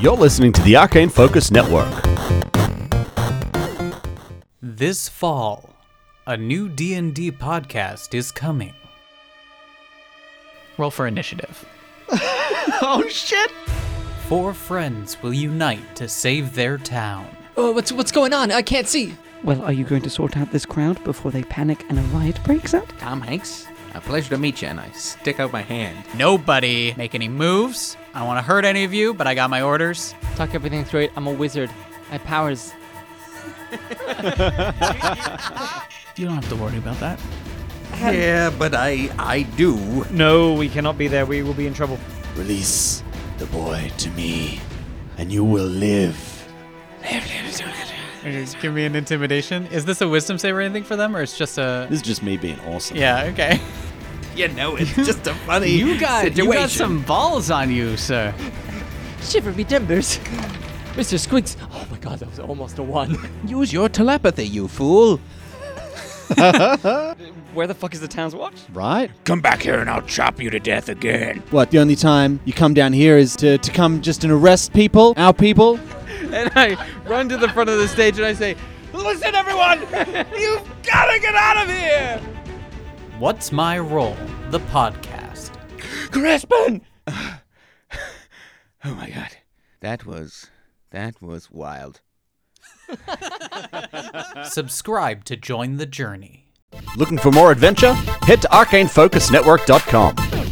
You're listening to the Arcane Focus Network. This fall, a new D&D podcast is coming. Roll for initiative. Oh shit! Four friends will unite to save their town. Oh, what's what's going on? I can't see. Well, are you going to sort out this crowd before they panic and a riot breaks out? Tom Hanks, a pleasure to meet you, and I stick out my hand. Nobody make any moves. I don't want to hurt any of you, but I got my orders. Talk everything through it. I'm a wizard. My powers. you don't have to worry about that. Yeah, but I I do. No, we cannot be there. We will be in trouble. Release the boy to me, and you will live. Give me an intimidation. Is this a wisdom save or anything for them, or it's just a? This is just me being awesome. Yeah. Okay. You know, it's just a funny You got situation. you got some balls on you, sir. Shiver me timbers. Mr. Squeaks. Oh my God, that was almost a one. Use your telepathy, you fool. Where the fuck is the town's watch? Right? Come back here, and I'll chop you to death again. What, the only time you come down here is to, to come just and arrest people? Our people? and I run to the front of the stage and I say, Listen, everyone, you've got to get out of here. What's my role? The podcast. Crispin. oh my god, that was that was wild. Uh. Subscribe to join the journey. Looking for more adventure? Head to arcanefocusnetwork.com.